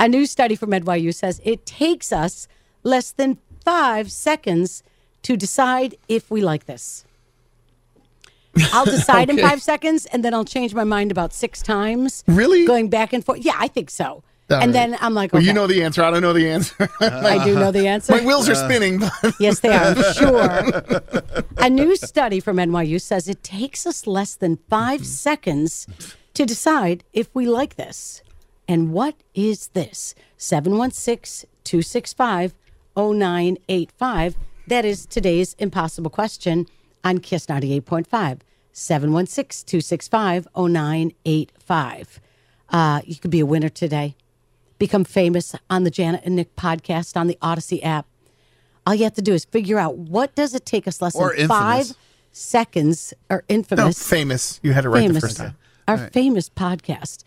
A new study from NYU says it takes us less than five seconds to decide if we like this. I'll decide in Okay. five seconds and then I'll change my mind about six times. Really? Going back and forth. Yeah, I think so. All and right. then I'm like, okay, Well, you know the answer. I don't know the answer. I do know the answer. My wheels are Uh, spinning. Yes, they are. I'm sure. A new study from NYU says it takes us less than 5 seconds to decide if we like this. And what is this? 716 265 0985. That is today's impossible question on KISS 98.5. 716 265 0985. Uh, You could be a winner today. Become famous on the Janet and Nick podcast on the Odyssey app. All you have to do is figure out what does it take us less Or than five infamous. seconds or no, infamous famous. You had it right famous, the first time. Our famous podcast.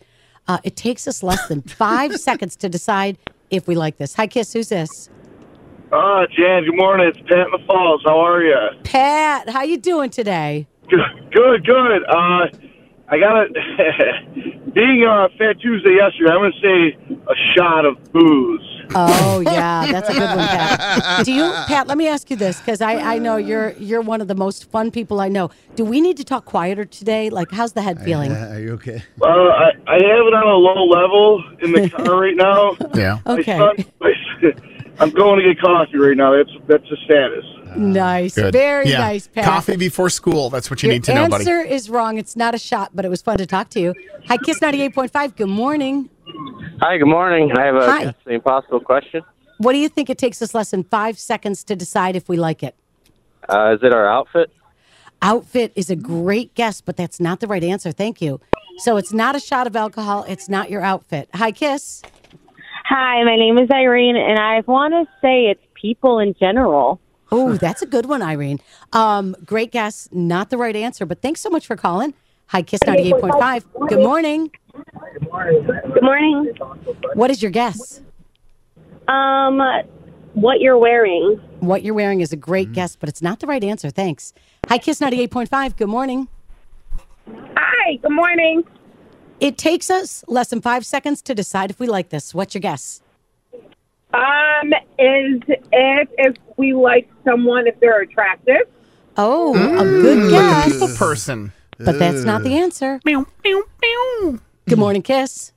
Uh, it takes us less than five seconds to decide if we like this. Hi, Kiss. Who's this? Oh, Jan, good morning. It's Pat in the Falls. How are you? Pat. How you doing today? Good, good. Uh, I got a being uh, Fat Tuesday yesterday. I'm going to say a shot of booze. Oh yeah, that's a good one, Pat. Do you, Pat? Let me ask you this because I, I know you're you're one of the most fun people I know. Do we need to talk quieter today? Like, how's the head feeling? are you okay? Uh, I, I have it on a low level in the car right now. Yeah. My Okay. son- my son- I'm going to get coffee right now. That's that's the status. nice, Good. very Yeah. nice, Pat. Coffee before school. That's what you Your need to know, buddy. answer is wrong. It's not a shot, but it was fun to talk to you. Hi, Kiss ninety eight point five. Good morning. Hi, good morning. I have a Hi. that's an impossible question. What do you think it takes us less than five seconds to decide if we like it? Uh, is it our outfit? Outfit is a great guess, but that's not the right answer. Thank you. So it's not a shot of alcohol. It's not your outfit. Hi, Kiss. Hi, my name is Irene, and I want to say it's people in general. Oh, that's a good one, Irene. Um, great guess, not the right answer, but thanks so much for calling. Hi, Kiss 98.5. Good morning. Good morning. What is your guess? Um, what you're wearing? What you're wearing is a great guess, but it's not the right answer. Thanks. Hi, Kiss 98.5. Good morning. Hi. Good morning. It takes us less than five seconds to decide if we like this. What's your guess? Um, is if if we like someone if they're attractive. Oh, a good guess. People person. But that's not the answer. Good morning, Kiss.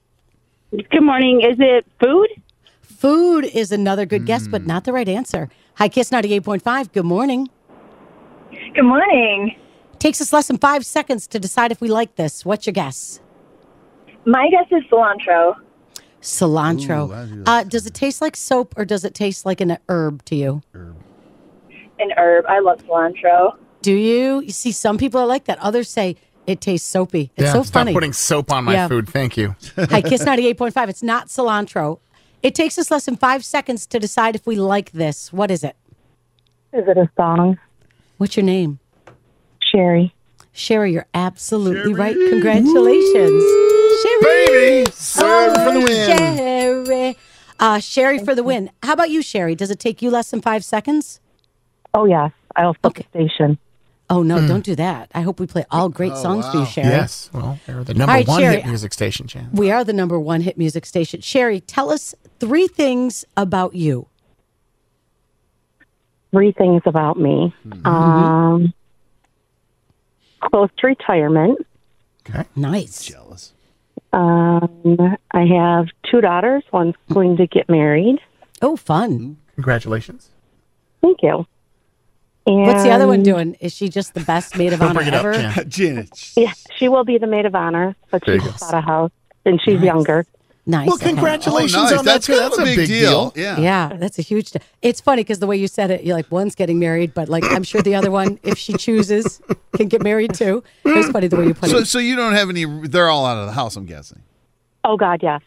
Good morning. Is it food? Food is another good guess, but not the right answer. Hi, Kiss 98.5. Good morning. Good morning. Takes us less than five seconds to decide if we like this. What's your guess? My guess is cilantro. Ooh, I do Cilantro. like uh, does it taste like soap or does it taste like an herb to you? An herb. I love cilantro. Do you? You see, some people are like that. Others say it tastes soapy. It's yeah. so Stop funny. putting soap on my Yeah. food. Thank you. Hi, Kiss 98.5. It's not cilantro. It takes us less than five seconds to decide if we like this. What is it? Is it a song? What's your name? Sherry. Sherry, you're absolutely right. Congratulations. Sherry. Baby, serve Oh, for the win. Sherry. Uh, Sherry for the win. How about you, Sherry? Does it take you less than five seconds? Oh yes, I'll flip Okay. the station. Oh, no, Hmm. don't do that. I hope we play all great Oh, songs for you, Sherry. Yes. Well, they're the number right, one Sherry. hit music station, Jan. We are the number one hit music station. Sherry, tell us three things about you. Three things about me. Um, close to retirement. Okay. Nice. Jealous. Um, I have two daughters. One's going to get married. Oh, fun! Congratulations. Thank you. And What's the other one doing? Is she just the best maid of honor ever? Janet. Yeah, she will be the maid of honor, but There she you just bought a house and she's younger. Nice. Well, congratulations Oh, nice. on that. That's too. kind of a big deal. Yeah. Yeah, that's a huge. de- it's funny because the way you said it, you're like one's getting married, but like I'm sure the other one, if she chooses, can get married too. It was funny the way you put So, it. so you don't have any? They're all out of the house. I'm guessing. Oh God, yes.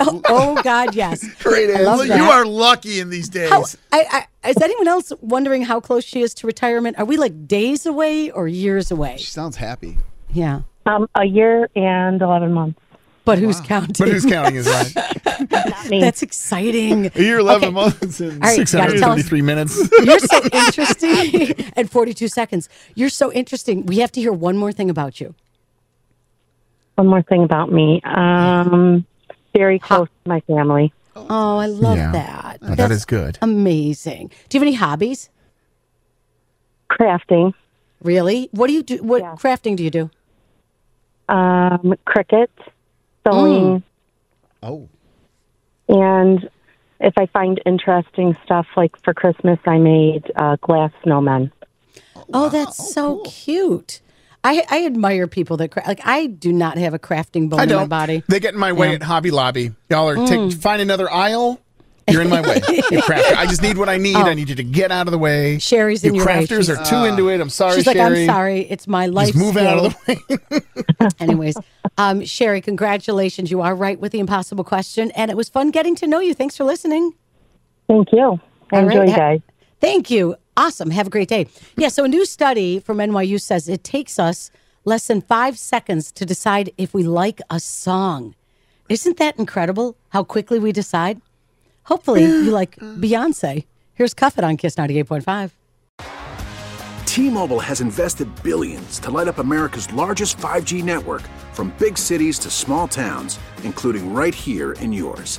Oh, oh, God, yes. Great I love Well, that. you are lucky in these days. How, I, I, is anyone else wondering how close she is to retirement? Are we like days away or years away? she sounds happy. Yeah, Um, a year and eleven months. but who's counting? But who's counting is right. Not me. That's exciting. A year, eleven Okay. months, and All right, you six gotta hundred. tell us- 673 minutes. You're so interesting. and 42 seconds. You're so interesting. We have to hear one more thing about you. One more thing about me. Um, very close to my family. Oh, I love Yeah. that. Oh, that That's is good. amazing. Do you have any hobbies? Crafting, Really? What do you do? What Yeah. crafting do you do? um, cricket, sewing, Oh, Mm. and if I find interesting stuff, like for Christmas, I made uh, glass snowmen. Oh, that's so cute. I, I admire people that craft. Like I do not have a crafting bone I in my don't. body. Mm. They get in my way at Hobby Lobby. Y'all are take, find another aisle. You're in my way. You crafter. I just need what I need. I need you to get out of the way. Oh. Sherry's you in your way. crafters She's- are too into it. I'm sorry, She's like, Sherry. I'm sorry, it's my life. Just move out of the way. Anyways, um, Sherry, congratulations. You are right with the impossible question, and it was fun getting to know you. Thanks for listening. Thank you. I All right. enjoy you Ha- guys. Thank you. Awesome. Have a great day. Yeah, so a new study from NYU says it takes us less than five seconds to decide if we like a song. Isn't that incredible how quickly we decide? Hopefully, you like Beyonce. Here's Cuff It on Kiss 98.5. T-Mobile has invested billions to light up America's largest 5G network from big cities to small towns, including right here in yours.